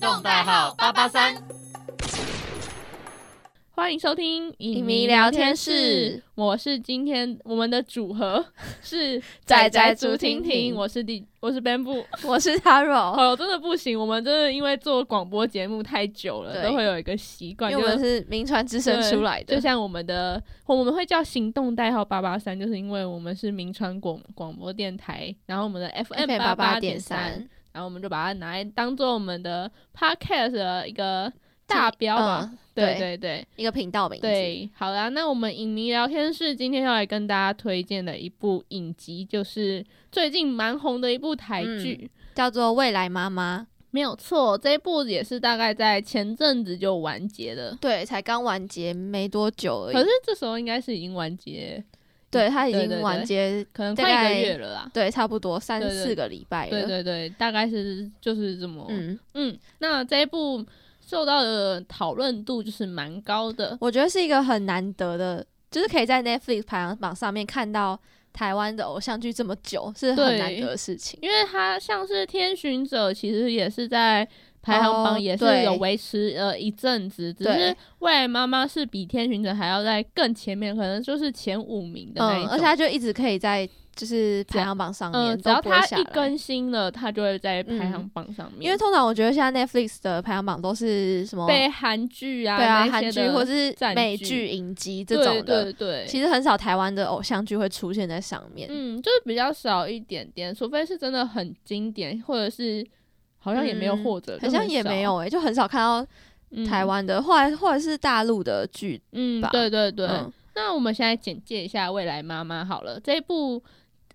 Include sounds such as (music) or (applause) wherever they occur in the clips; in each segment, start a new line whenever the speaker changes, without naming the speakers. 动代号八八三。
欢迎收听影
迷
迷
聊
聊
天
天
室
室，我是今天我们的组
(laughs)
合是
仔仔
竹
竹
蜻
蜻
蜓，
蜓
我是第我是 Bamboo。
(laughs) 我是 Taro，
哦，真的不行，我们真的因为做广播节目太久了，
对
都会有一个习
因
惯，
为我
就
们是名传之声
对
出来的，
就像我们的我们会叫行动代号八八三，就是因为我们是名川广广播电台，然后我们的 FM
八
八
点
三，
三
然后我们就把它拿来当做我们的 podcast 的一个大标吧。
嗯
对
对
对对
一个频道名字。
对，好啦，那我们影迷聊天室今天要来跟大家推荐的一部影集，就是最近蛮红的一部台
嗯
剧。
叫做未来妈妈，
没有错，这一部也是大概在前阵子就完结了。
对，才刚完结没多久而
可
已
是。这时候应该是已经完结，
对，它已
对对
经
对
完结，
可能
大
快一
概
个月了啦。
对，差不多三
对对
四个礼拜
对
了。
对对，大概是就是这么，嗯
嗯，
那这一部受到的讨论度就是蛮高的，
我觉得是一个很难得的，就是可以在 Netflix 排行榜上面看到台湾的偶像剧这么久，是很
对
难得的事情。
因为它像是《天巡者》，其实也是在排行
哦
榜也是
对
有维持、呃一阵子，只
对
是《未来妈妈》是比《天巡者》还要在更前面，可能就是前五名的那一
嗯，
种。
而且它就一直可以在就是排行榜上面
嗯，只
都
要
播
它
下
一
来。
更新了，它就会在排行
嗯
榜上面。
因为通常我觉得现在 Netflix 的排行榜都是什么
被韩剧啊、
对啊
那些
韩剧
的
或是
占
美
据
剧、影集这种
对
的，
对对，
其实很少台湾的偶像剧会出现在上面。
嗯，就是比较少一点点，除非是真的很经典，或者是好像也没有
嗯
或者、
好像也没有诶、就很少看到
嗯
台，湾的，或者或者是大陆的剧。
嗯
吧，
对对对。
嗯
那我们现在简介一下《未来妈妈》好了，这部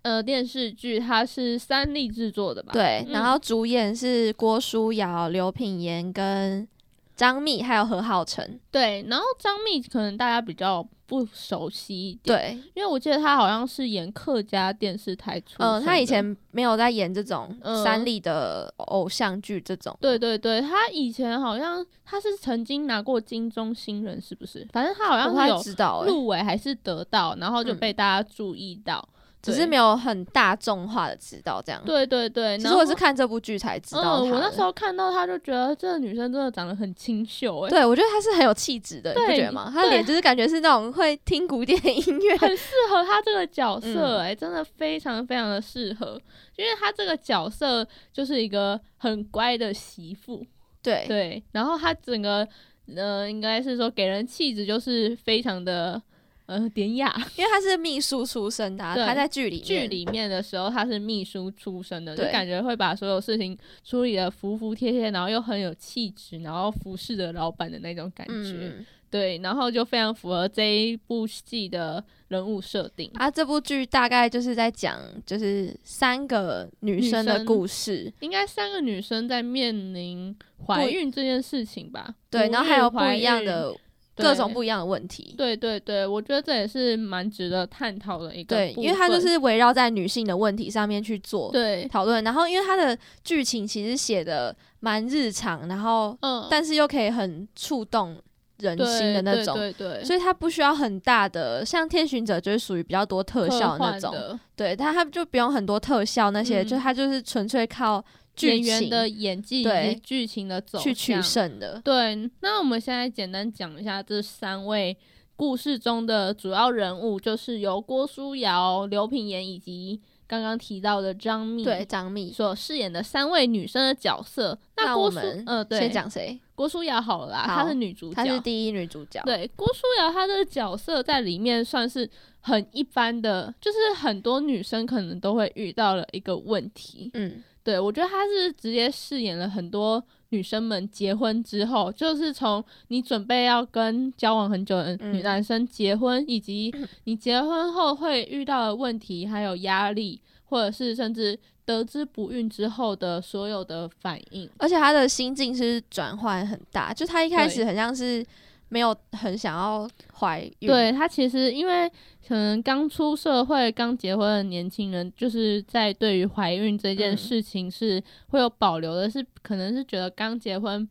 呃电视剧它是三立制作的吧？，
对，
嗯
然后主演是郭书瑶、刘品言跟张密，还有何浩晨。
对。然后张密可能大家比较不熟悉一点，
对，
对，因为我记得他好像是演客家电视台出，
嗯，他以。前没有在演这种
嗯
三立的偶像剧这种。
对对对，他以前好像他是曾经拿过金钟新人，是不是？反正他好
我
像
不
是
太
有
知道、欸，
入围还是得到，然后就
嗯
被大家注意到。
只
对
是没有很大众化的知道这样。
对对对，
嗯其
然
实
后
我也是看这部剧才知道她
嗯，
的。
我那时候看到她就觉得这个女生真的长得很清秀、欸，哎，
对我觉得她是很有气质的，你不
对
觉得吗？她的
对
脸就是感觉是那种会听古典音乐，
很适合她这个角色、
嗯
欸，哎、真的非常非常的适合，因为她这个角色就是一个很乖的媳妇，
对
(laughs) 对，然后她整个，呃，应该是说给人气质就是非常的。呃，典雅。
因为她是秘书出身的啊、
对
她在剧里面
剧里面的时候，她是秘书出身的，就
对
感觉会把所有事情处理的服服帖帖，然后又很有气质，然后服侍着老板的那种感觉。
嗯，
对，然后就非常符合这一部戏的人物设定。
啊，这部剧大概就是在讲就是三个女生
女
的
生
故事，
应该三个女生在面临怀孕这件事情吧？
对，
不
然后还有
孕
不一样，的
怀孕
各种。不一样的问题，
对对对对，我觉得这也是蛮值得探讨的一个
对，
部
因为它就
分
是围绕在女性的问题上面去做
对，
讨论，然后因为它的剧情其实写的蛮日常，然后
嗯，
但是又可以很触动人
对
心的那种。
对对对，
所以它不需要很大的，像《天巡者》就是属于比较多特
科
效的那
幻
种，
的
对，但它就不用很多特效那些，
嗯
就它就是纯粹靠剧
演员
情
的演技以
对
及剧情的走
去取
向
胜的。
对，那我们现在简单讲一下这三位故事中的主要人物，就是由郭书瑶、刘品言以及刚刚提到的张密
对，张密，
所饰演的三位女生的角色。
那
郭
我
书
们
呃，对，
先讲谁？
郭书瑶好了啦，她
好
是女主角，
她是第一女主角。
对，郭书瑶她的角色在里面算是很一般的，就是很多女生可能都会遇到了一个问题。
嗯，
对，我觉得她是直接饰演了很多女生们结婚之后，就是从你准备要跟交往很久的女
嗯
男生结婚，以及你结婚后会遇到的问题，还有压力，或者是甚至得知不孕之后的所有的反应。
而且她的心境是转换很大，就她一开始
对
很像是没有很想要怀孕，
对她其实因为可能刚出社会、刚结婚的年轻人，就是在对于怀孕这件
嗯
事情是会有保留的是，可能是觉得刚结婚。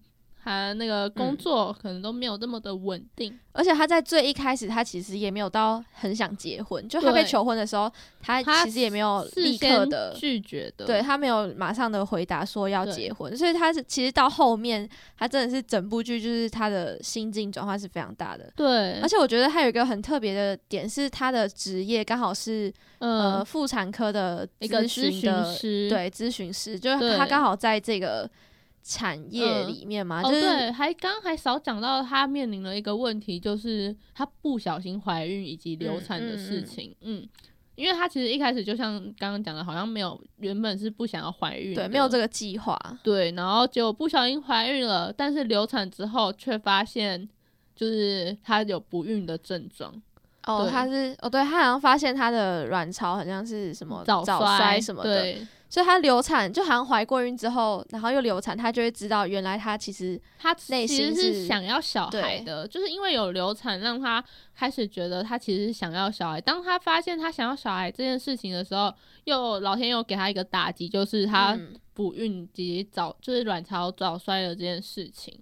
他那个
嗯
工作可能都没有那么的稳定，
而且他在最一开始，他其实也没有到很想结婚，就他被
对
求婚的时候，他
他
其实也没有
事
哦立刻
先
的，
拒绝的，
对他没有马上的回答说要
对
结婚，所以他是其实到后面，他真的是整部剧就是他的心境转换是非常大的。
对，
而且我觉得他有一个很特别的点是，他的职业刚好是、
嗯、
呃妇产科的
一个咨
咨询
询
的
师，
对咨询师，就是
对
他刚好在这个产业
嗯
里面嘛，
哦，
啊就是、
对，还刚还少讲到她面临了一个问题，就是她不小心怀孕以及流产的事情。嗯，因为她其实一开始就像刚刚讲的，好像没有原本是不想要怀孕，
对没有这
个。
个计划，
对，然后结果不小心怀孕了，但是流产之后却发现，就是她有不孕的症状。
哦，
对
他是哦，对他好像发现他的卵巢好像是什么
早
哦衰什么的，
对，
所以他流产就好像怀过孕之后，然后又流产，他就会知道原来他其实
她
内
其
心
实
是
是想要小孩
对
的，就是因为有流产，让她开始觉得她其实是想要小孩。当她发现她想要小孩这件事情的时候，又老天又给她一个打击，就是她
嗯
不孕及早，就是卵巢早衰的这件事情。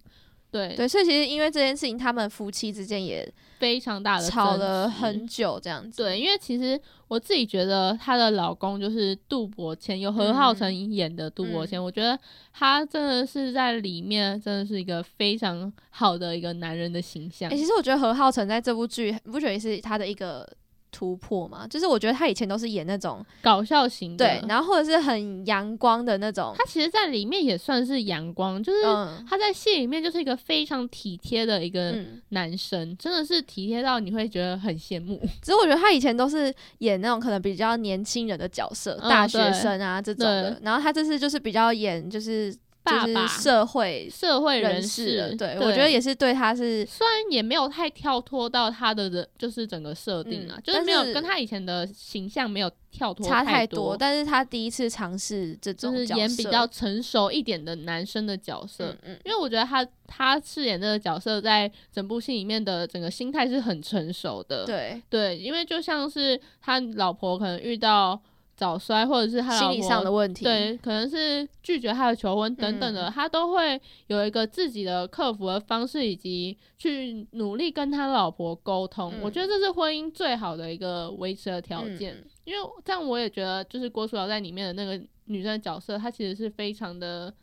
对，
对，所以其实因为这件事情，他们夫妻之间也
非常大的
吵
争
了
执
很久，这样子。
对，因为其实我自己觉得她的老公就是杜伯谦，由何
嗯
浩晨演的杜伯谦，我觉得他真的是在里面真的是一个非常好的一个男人的形象。
诶，其实我觉得何浩晨在这部剧，你不觉得也是他的一个突破吗？就是我觉得他以前都是演那种
搞笑型的。
对，然后或者是很阳光的那种，
他其实，在里面也算是阳光，就是
嗯
他在戏里面就是一个非常体贴的一个
嗯，
男生，真的是体贴到你会觉得很羡
(laughs)
慕。
只是我觉得他以前都是演那种可能比较年轻人的角色，
嗯
大学生啊这种的
对，
然后他这次就是比较演就是
爸
就
爸
是社会
社会
人
士，
了，对我觉得也是对他是
虽然也没有太跳脱到他的人，就是整个设定啊，
嗯
就是没有
但是
跟他以前的形象没有跳脱
差太
多，
但是他第一次尝试这
就
种
是
角色，
演比较成熟一点的男生的角色。
嗯嗯
因为我觉得他他饰演这个角色，在整部戏里面的整个心态是很成熟的，
对
对，因为就像是他老婆可能遇到早衰，或者是他老
心
婆
理上的问题，嗯
对，可能是拒绝他的求婚等等的，他都会有一个自己的克服的方式，以及去努力跟他老婆沟通。
嗯
我觉得这是婚姻最好的一个维持的条
嗯
件，因为这样我也觉得，就是郭书瑶在里面的那个女生的角色，她其实是非常的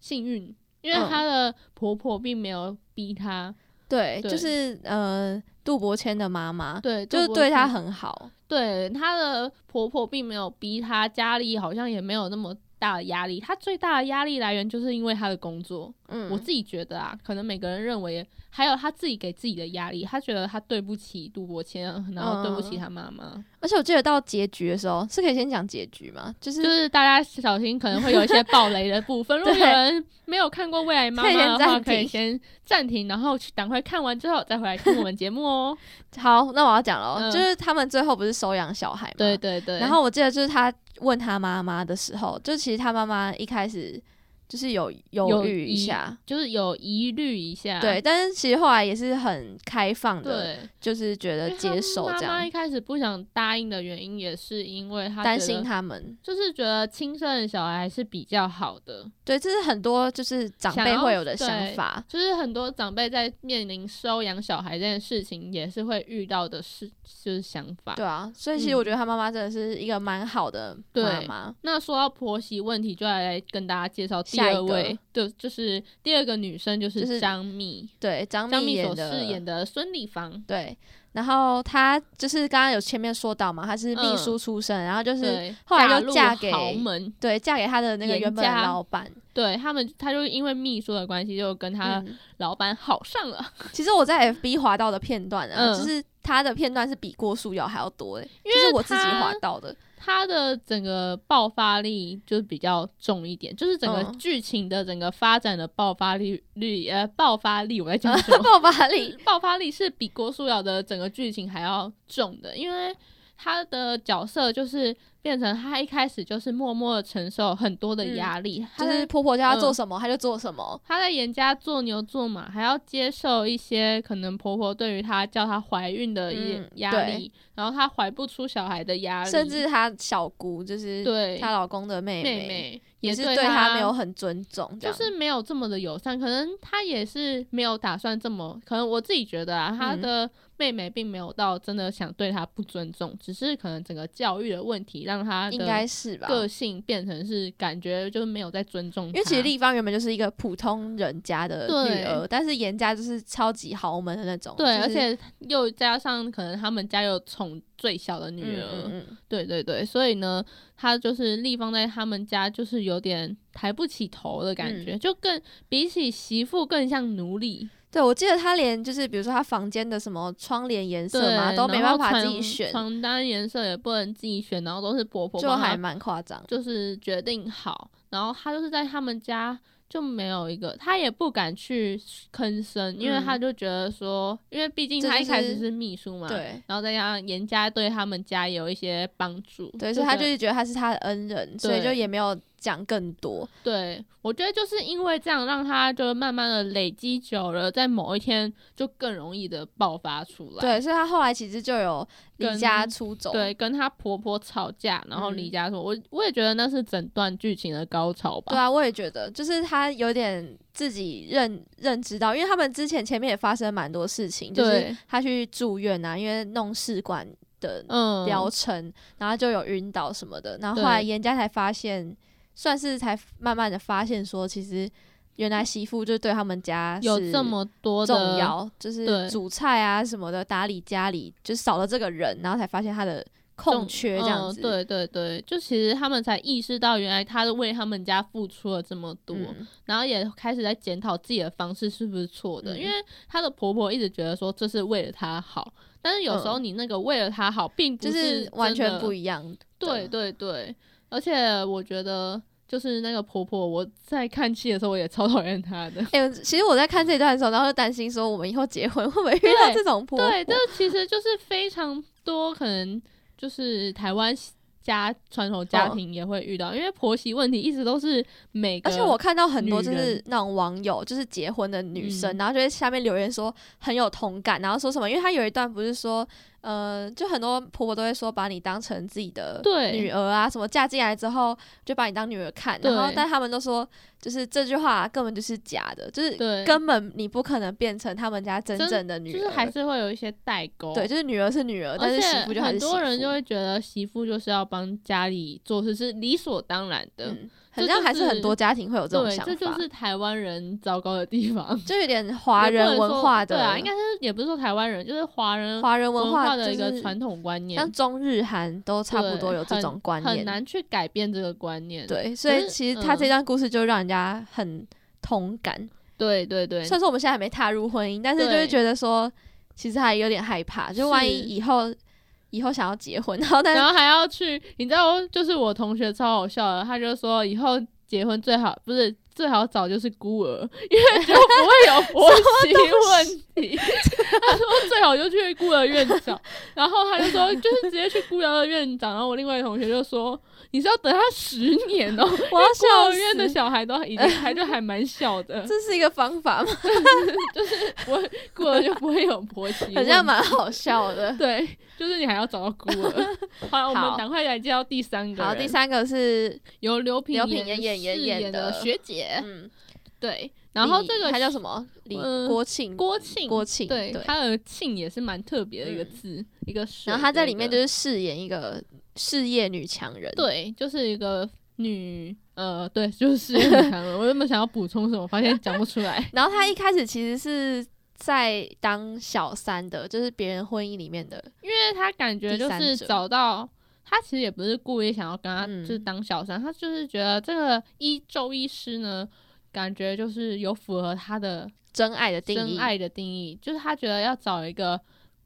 幸运，因为
嗯
她的婆婆并没有逼她，
对，
对
就是呃杜伯谦的妈妈，
对，
就是
不
对
是
他很好，
对，她的婆婆并没有逼她，家里好像也没有那么大的压力。她最大的压力来源就是因为她的工作。
嗯，
我自己觉得啊，可能每个人认为，还有她自己给自己的压力，她觉得她对不起杜伯谦，然后对不起
嗯
她妈妈。
而且我记得到结局的时候，是可以先讲结局吗？就是
就是大家小心，可能会有
(laughs)
一些暴雷的部分。如果有
对
人没有看过《未来妈妈
可以》
的
先
话，
暂
可以
停
先暂停，然后去赶快看完之后再回来听我们节目
(laughs)
哦。
好，那我要讲了，
嗯
就是他们最后不是收养小孩嘛，
对对对，
然后我记得就是他问他妈妈的时候，就其实他妈妈一开始就是有犹豫一下，
就是有疑虑一下，
对，但是其实后来也是很开放的，
对。
就是觉得
因为
接受这
他妈妈
样
一，开始不想答应的原因，也是因为他
担
觉
心
得，
他们。
就是觉得亲生的小孩还是比较好的。
对，这是很多就是长
想
辈
要
会有的
对
想法，
就是很多长辈在面临收养小孩这件事情，也是会遇到的事，就是想法。
对啊，所以其实
嗯
我觉得他妈妈真的是一个蛮好的妈
对
妈。
那说到婆媳问题，就来跟大家介绍第
下一
二位
个，
对，就是第二个女生，就
就是
是张密，
对，张
张
密
密所
演
饰
的，
演的孙丽芳，
对。然后她就是刚刚有前面说到嘛，她是秘
嗯
书出身，然后就是
对，
后来
嫁
就
入
嫁给
豪门，
对嫁给她的那个
严
原本的
家
老板。
对他们，他就因为秘书的关系，就跟他
嗯
老板好上了，
其实我在 FB 滑到的片段啊，
嗯
就是他的片段是比郭书瑶还要多诶、欸
因
就是
为
我自己
他
滑到的。
他的整个爆发力就是比较重一点，就是整个
嗯
剧情的整个发展的爆发力率，呃，爆发力我在讲什么？
(laughs) 爆发力，
爆发力是比郭书瑶的整个剧情还要重的，因为他的角色就是变成她一开始就是默默的承受很多的压力，她
嗯就
在
是婆婆叫她做
嗯
什么，她就做什么。
她在严家做牛做马，还要接受一些可能婆婆对于她叫她怀孕的一
嗯
压
对
力，然后她怀不出小孩的压力，
甚至她小姑就是
对
她老公的妹
妹
也是
对
她
她
没有很尊重，这
就
样
是没有这么的友善，可能他也是没有打算这么，可能我自己觉得啊，
嗯
他的妹妹并没有到真的想对他不尊重，只是可能整个教育的问题让他
应该
的
是吧？
个性变成是感觉就是没有在尊重他，
因为其实丽芳原本就是一个普通人家的女
对
儿，但是严家就是超级豪门的那种，
对，
就是
而且又加上可能他们家有宠最小的女
嗯
儿，
嗯嗯
对对对，所以呢，他就是立方在他们家就是有点抬不起头的
嗯
感觉，就更比起媳妇更像奴隶，
对我记得她连就是比如说她房间的什么窗帘颜色
对，
嘛，都没
然
办
后
法自
床
己选，
床单颜色也不能自己选，然后都是婆婆
就
帮她
还蛮夸张。
就是决定好，然后他就是在他们家就没有一个，他也不敢去吭声，因为
嗯
他就觉得说，因为毕竟
这
他
就
一开始
是
是秘书嘛，
对
然后再加上严家对他们家也有一些帮助，
对，所以她
觉
就
得
是觉得她是她的恩人，所以
对
就也没有讲更多。
对，我觉得就是因为这样，让他就慢慢的累积久了，在某一天就更容易的爆发出来。
对，所以她后来其实就有离
跟
家出走。
对，跟她婆婆吵架，然后离
嗯
家出走。我我也觉得那是整段剧情的高潮吧。
对啊，我也觉得，就是她有点自己认认知到，因为他们之前前面也发生蛮多事情，就是
对
她去住院啊，因为弄试管的
嗯，
疗程，然后就有晕倒什么的，然后后来
对
严家才发现，算是才慢慢的发现说，其实原来媳妇就对他们家
有
是
这么多
重
的
要，就是
对
煮菜啊什么的，打理家里，就是少了这个人，然后才发现她的空
重
缺这样
嗯
子。
对对对，就其实他们才意识到，原来他为他们家付出了这么多，
嗯
然后也开始在检讨自己的方式是不是错的，
嗯
因为她的婆婆一直觉得说这是为了她好，但是有时候你那个为了她好，并不
嗯就是是完全不
一
一样。
对，对对，而且我觉得就是那个婆婆，我在看戏的时候我也超讨厌她的。
哎、其实我在看这一段的时候，然后就担心说，我们以后结婚会不会遇到
对
这种婆婆？
对，这其实就是非常多可能就是台湾家传统家庭也会遇到，因为婆媳问题一直都是每个，
哦而且我看到很多
女
就是
人
那种网友，就是结婚的女生，
嗯
然后就在下面留言说很有同感，然后说什么，因为她有一段不是说，呃，就很多婆婆都会说把你当成自己的
对
女儿啊，什么嫁进来之后就把你当女儿看，
对
然后但他们都说就是这句话根本就是假的，就是
对
根本你不可能变成他们家真
真
正的女
就
儿，
是还是会有一些代沟。
对，就是女儿是女儿，但
而
是媳
且
妇就还
很
是
多人就
会
会觉得媳妇就是要帮家里做事是理所当然的，
嗯，好
这
像
就
还是很
是
多家庭会有这种
对，
想法，
这就是台湾人糟糕的地方。
就有点华
也不
人
能
文
说
化的，
对啊，应该是也不是说台湾人，就是华人
华人文
文
化
的一
就
个
是
传统观念，
像中日韩都差不多
对
有这
很
种观
很
念，
难去改变这个观念。
对，所以
是
其实他这
嗯
段故事就让人家很同感。
对对对
虽，然说我们现在还没踏入婚姻，但是就会
对
觉得说，其实还有点害怕，就万一
是
以后以后想要结婚，然后但
然
是
后还要去，你知道，就是我同学超好笑的，他就说以后结婚最好不是最好找就是孤儿，因为就不
(laughs)
会有婆媳问题。他说最好就去孤儿院找，然后他就说就是直接去孤儿院找。然后我另外一个同学就说你是要等他十年哦、
我
(laughs)
要
孤
笑
儿院的
死。
小孩都已经还就还蛮小的，
(laughs) 这是一个方法吗？
孤儿就不会有婆
(laughs)
媳问题，
好像蛮好笑
(laughs)
的。
对，就是你还要找到孤
(laughs)
儿。好，我们
好
赶快来介绍第三个人。
好，第三个是，
由刘品
刘品言演
演
演
饰
演
演
的
学姐，
嗯，
对。哎然后
李
这个
他叫什么？李
嗯
国庆。
郭庆，
郭庆
对
对嗯
他的庆也是蛮特别的一个字，一个水
然后他在
的一
里面
个
就是饰演一个事业女强人。
对，就是一个女呃，对，
(laughs)
就是一个女强人。我原本想要补充什么，发现讲不出来。
然后她一开始其实是在当小三的，就是别人婚姻里面的，
因为他感觉
第
就
三
是
者
找到他其实也不是故意想要跟他
嗯
就是当小三，他就是觉得这个医周医师呢，感觉就是有符合他的
真爱的定义。
真爱的定义，就是他觉得要找一个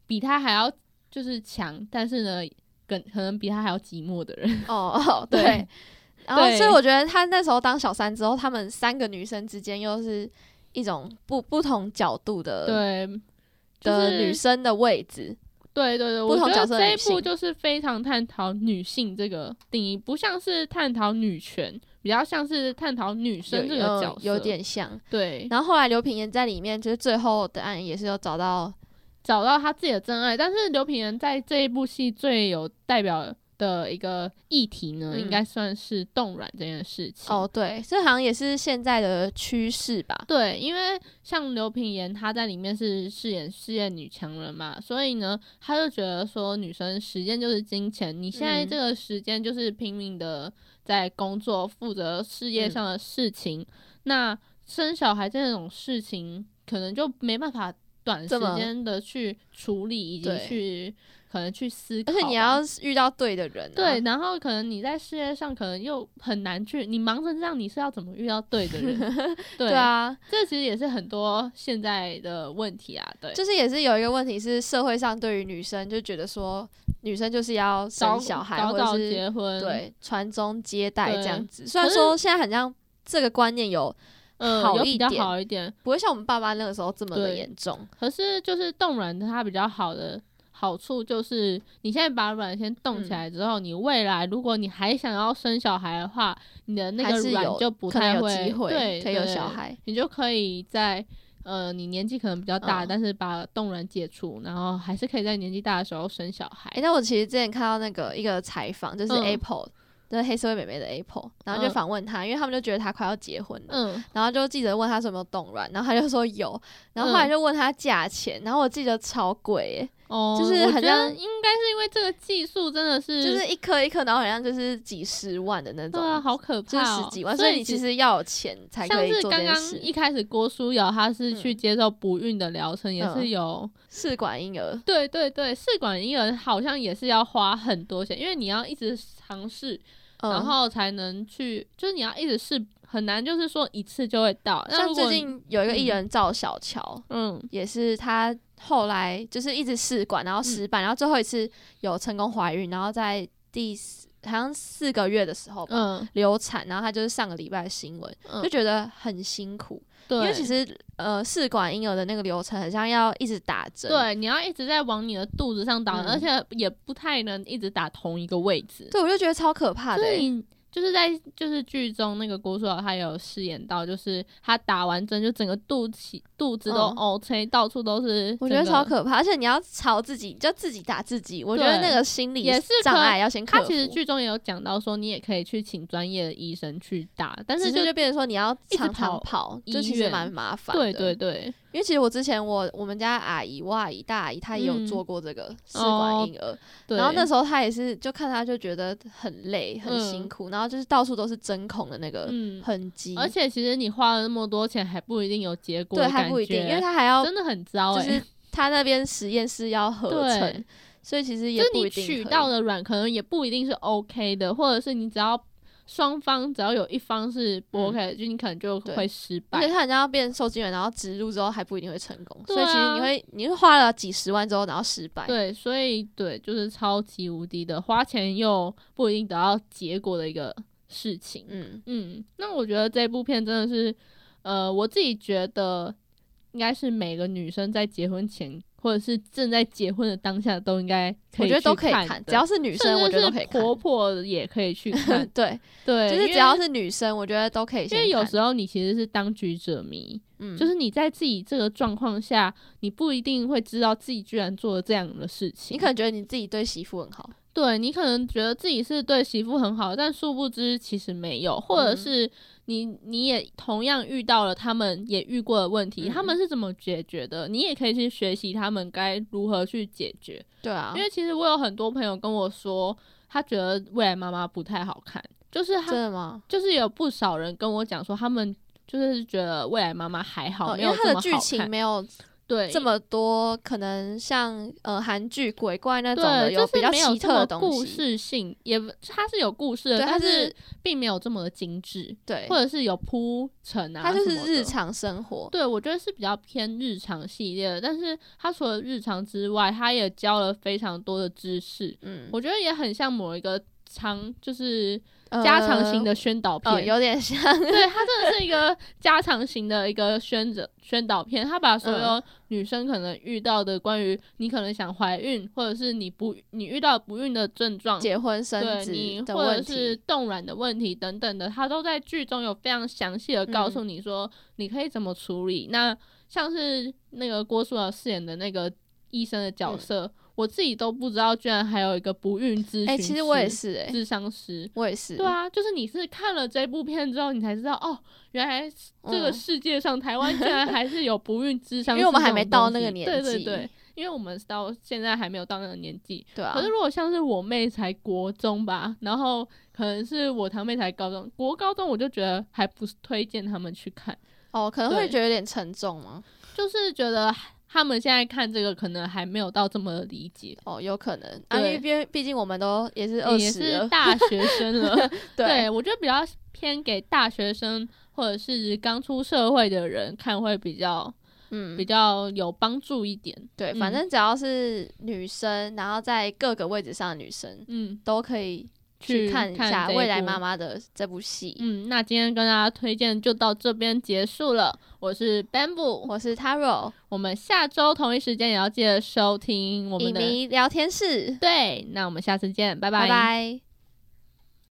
比他还要就是强，但是呢，跟可能比他还要寂寞的人。
哦哦，对。
对
(laughs) 然后，
对
所以我觉得她那时候当小三之后，她们三个女生之间又是一种不不同角度的
对，就
呃的
是
女生的位置。
对对对，
不
我觉
同角
得
色的
这一
女
部
性
就是非常探讨女性这个定义，不像是探讨女权，比较像是探讨女
有
生这个角色，
嗯有点像。
对，
然后后来刘品言在里面，就是最后的案也是有找到，
找到她自己的真爱。但是刘品言在这一部戏最有代表的一个议题呢，
嗯
应该算是冻卵这件事情。
哦，对，这好像也是现在的趋势吧。
对，因为像刘品言，她在里面是饰演事业女强人嘛，所以呢，她就觉得说，女生时间就是金钱，你现在
嗯
这个时间就是拼命的在工作，负责事业
嗯
上的事情，那生小孩这种事情，可能就没办法短
这
时
么
间的去处理以及
对
去可能去思考
而
吧，
且你要遇到对的人、啊，
对，然后可能你在事业上可能又很难去，你忙成这样，你是要怎么遇到对的人？对
(laughs) 对啊，
这其实也是很多现在的问题啊，对，
就是也是有一个问题是社会上对于女生就觉得说女生就是要
早
生小孩
早
或者
早
是
结婚，，
对传宗接代这样
对
子，虽然
可
说现在很像这个观念有
嗯，
好
有
一
比较
点
好一点。
不会像我们爸妈那个时候这么的
对
严重，
可是就是冻卵它比较好的好处就是，你现在把卵先冻
嗯
起来之后，你未来如果你还想要生小孩的话，你的那
还
个
是
卵
有
就不
可能
太
有
会
机会
对
可以有
对
小孩。
你就可以在呃你年纪可能比较大，
嗯
但是把冻卵解除，然后还是可以在年纪大的时候生小孩。
诶，那我其实之前看到那个一个采访，就是
嗯
Apple，、就是黑社会妹妹的 Apple，然后就
嗯
访问她，因为他们就觉得她快要结婚了。
嗯，
然后就记者问她说有没有冻卵，然后她就说有，然后后来
嗯
就问她价钱，然后我记得超贵耶、
哦，
就是
我
很
觉
像
得应该是因为这个技术真的是
就是一颗一颗，然后好像就是几十万的那种，
对啊，好可
就是
怕、哦，
十几万，所
所
以你其实要有钱才可
像
以
是
做这
刚
件
刚
事。
一开始郭书瑶，她是去接受不孕的疗程，也
嗯
是有、
试管婴儿，
对对对，试管婴儿好像也是要花很多钱，因为你要一直尝试，
嗯、
然后才能去，就是你要一直试，很难就是说一次就会到。那
像
如果
最近有一个艺
嗯
人赵小乔，
嗯，
也是她后来就是一直试管，然后失败，然后最后一次有成功怀孕，然后在第四好像四个月的时候吧。
嗯
流产，然后她就是上个礼拜的新闻，
嗯
就，觉得很辛苦，
对，
因为其实呃试管婴儿的那个流程很像要一直打针，
对你要一直在往你的肚子上打，
嗯
而且也不太能一直打同一个位置。
对，我就觉得超可怕的
所
欸、
以你就是在就是剧中那个郭书瑶，她有饰演到，就是她打完针就整个肚脐肚子都
嗯
OK，、到处都是整个，
我觉得超可怕，而且你要朝自己，就自己打自己。我觉得
对
那个心理
也是可
障碍要先克
她
服。
其实剧中也有讲到说，你也可以去请专业的医生去打，但
只
是
是
就
就变成说你要
一直
常常
跑
跑，就
医
其实
院
蛮麻烦的。
对对对，
因为其实我之前我我们家阿姨、我阿姨、大阿姨，她也有
嗯
做过这个试管婴儿，
对
然后那时候她也是就看她就觉得很累、很
嗯
辛苦，然后就是到处都是针孔的那个
嗯，
痕迹，
而且其实你花了那么多钱，还不一定有结果，
对还不一定，因为她还要
真的很糟
就
哎、
是她那边实验室要合成
对，，
所以其实也
就是
不
你
一定
取
可以
到的卵可能也不一定是 OK 的，或者是你只要双方只要有一方是不 OK，的、就你可能就
嗯对
会失
而且
败。
他人家要变受精卵，然后植入之后还不一定会成功，
对
所以其实
啊
你会你会花了几十万之后，然后失败。
对，所以对，就是超级无敌的，花钱又不一定得到结果的一个事情。
嗯，
嗯，那我觉得这部片真的是，呃，我自己觉得应该是每个女生在结婚前，或者是正在结婚的当下，都应该可
我
以
觉得都
去
可以看
看，，
只要是女生，我
甚
觉
至是
得都可以看。
婆婆也可以
(laughs)
去看。
对，
对，
就
因
是
为
只要是女生，我觉得都可以先
因
看。
为有时候你其实是当局者迷，
嗯，
就是你在自己这个状况下，你不一定会知道自己居然做了这样的事情。
你可能觉得你自己对媳妇很好，
对你可能觉得自己是对媳妇很好，但殊不知其实没有，或者
嗯
是你你也同样遇到了他们也遇过的问题，他
嗯
们是怎么解决的，你也可以去学习他们该如何去解决。
对啊，
因为其实我有很多朋友跟我说，他觉得未来妈妈不太好看，就是他
真的吗？
就是有不少人跟我讲说，他们就是觉得未来妈妈还好，
哦，
没
因
有
为
这
它
么
的
好
剧情
看
没有
对
这么多，可能像呃韩剧、鬼怪那种的，
对，
有
就
比
是
较
没有
奇
这
特的
么
东
故
西。
事性，也不它是有故事的，
对，它
但是
是
并没有这么的精致，
对，
或者是有铺陈啊，
它就是日。常生活。
对，我觉得是比较偏日常系列的，但是它除了日常之外，它也教了非常多的知识，
嗯，
我觉得也很像某一个常就是
呃
加长型的宣导片，
呃，有点像，
对，它真的是一个加长型的一个宣着宣导片，它把所有女生可能遇到的关于你可能想怀孕，或者是你不你遇到不孕的症状，
结婚生
对
子
你
的
或者
问
是
题，
冻卵的问题等等的，它都在剧中有非常详细的告
嗯
诉你说你可以怎么处理。那像是那个郭书瑶饰演的那个医生的
嗯
角色，我自己都不知道，居然还有一个不孕咨询师，
哎、其实我也是、哎，
智商师。
我也是，
对啊，就是你是看了这部片之后，你才知道哦，原来
嗯，
这个世界上、台湾竟然还是有不孕智商，
因为我们还没到那个年纪，
对对对，因为我们到现在还没有到那个年纪。
对啊
可是，如果像是我妹才国中吧，然后可能是我堂妹才高中，国高中我就觉得还不是推荐他们去看，
哦，可能会
对
觉得有点沉重吗？
就是觉得他们现在看这个可能还没有到这么理解，
哦，有可能，啊，因
对
为毕毕竟我们都也是二
也
十
是
了， (laughs)
大学生了。
对，
我觉得比较偏给大学生或者是刚出社会的人看会比较、
嗯
比，较有帮助一点。
对，
嗯
反正只要是女生，然后在各个位置上的女生，
嗯，
都可以
去
看一下
这
《未来
部
妈。妈》的这部戏。
嗯，那今天跟大家推荐就到这边结束了。我是 Bamboo，
我是 Taro，
我们下周同一时间也要记得收听我们
影
的。
迷聊天室，
对，那我们下次见，拜
拜拜。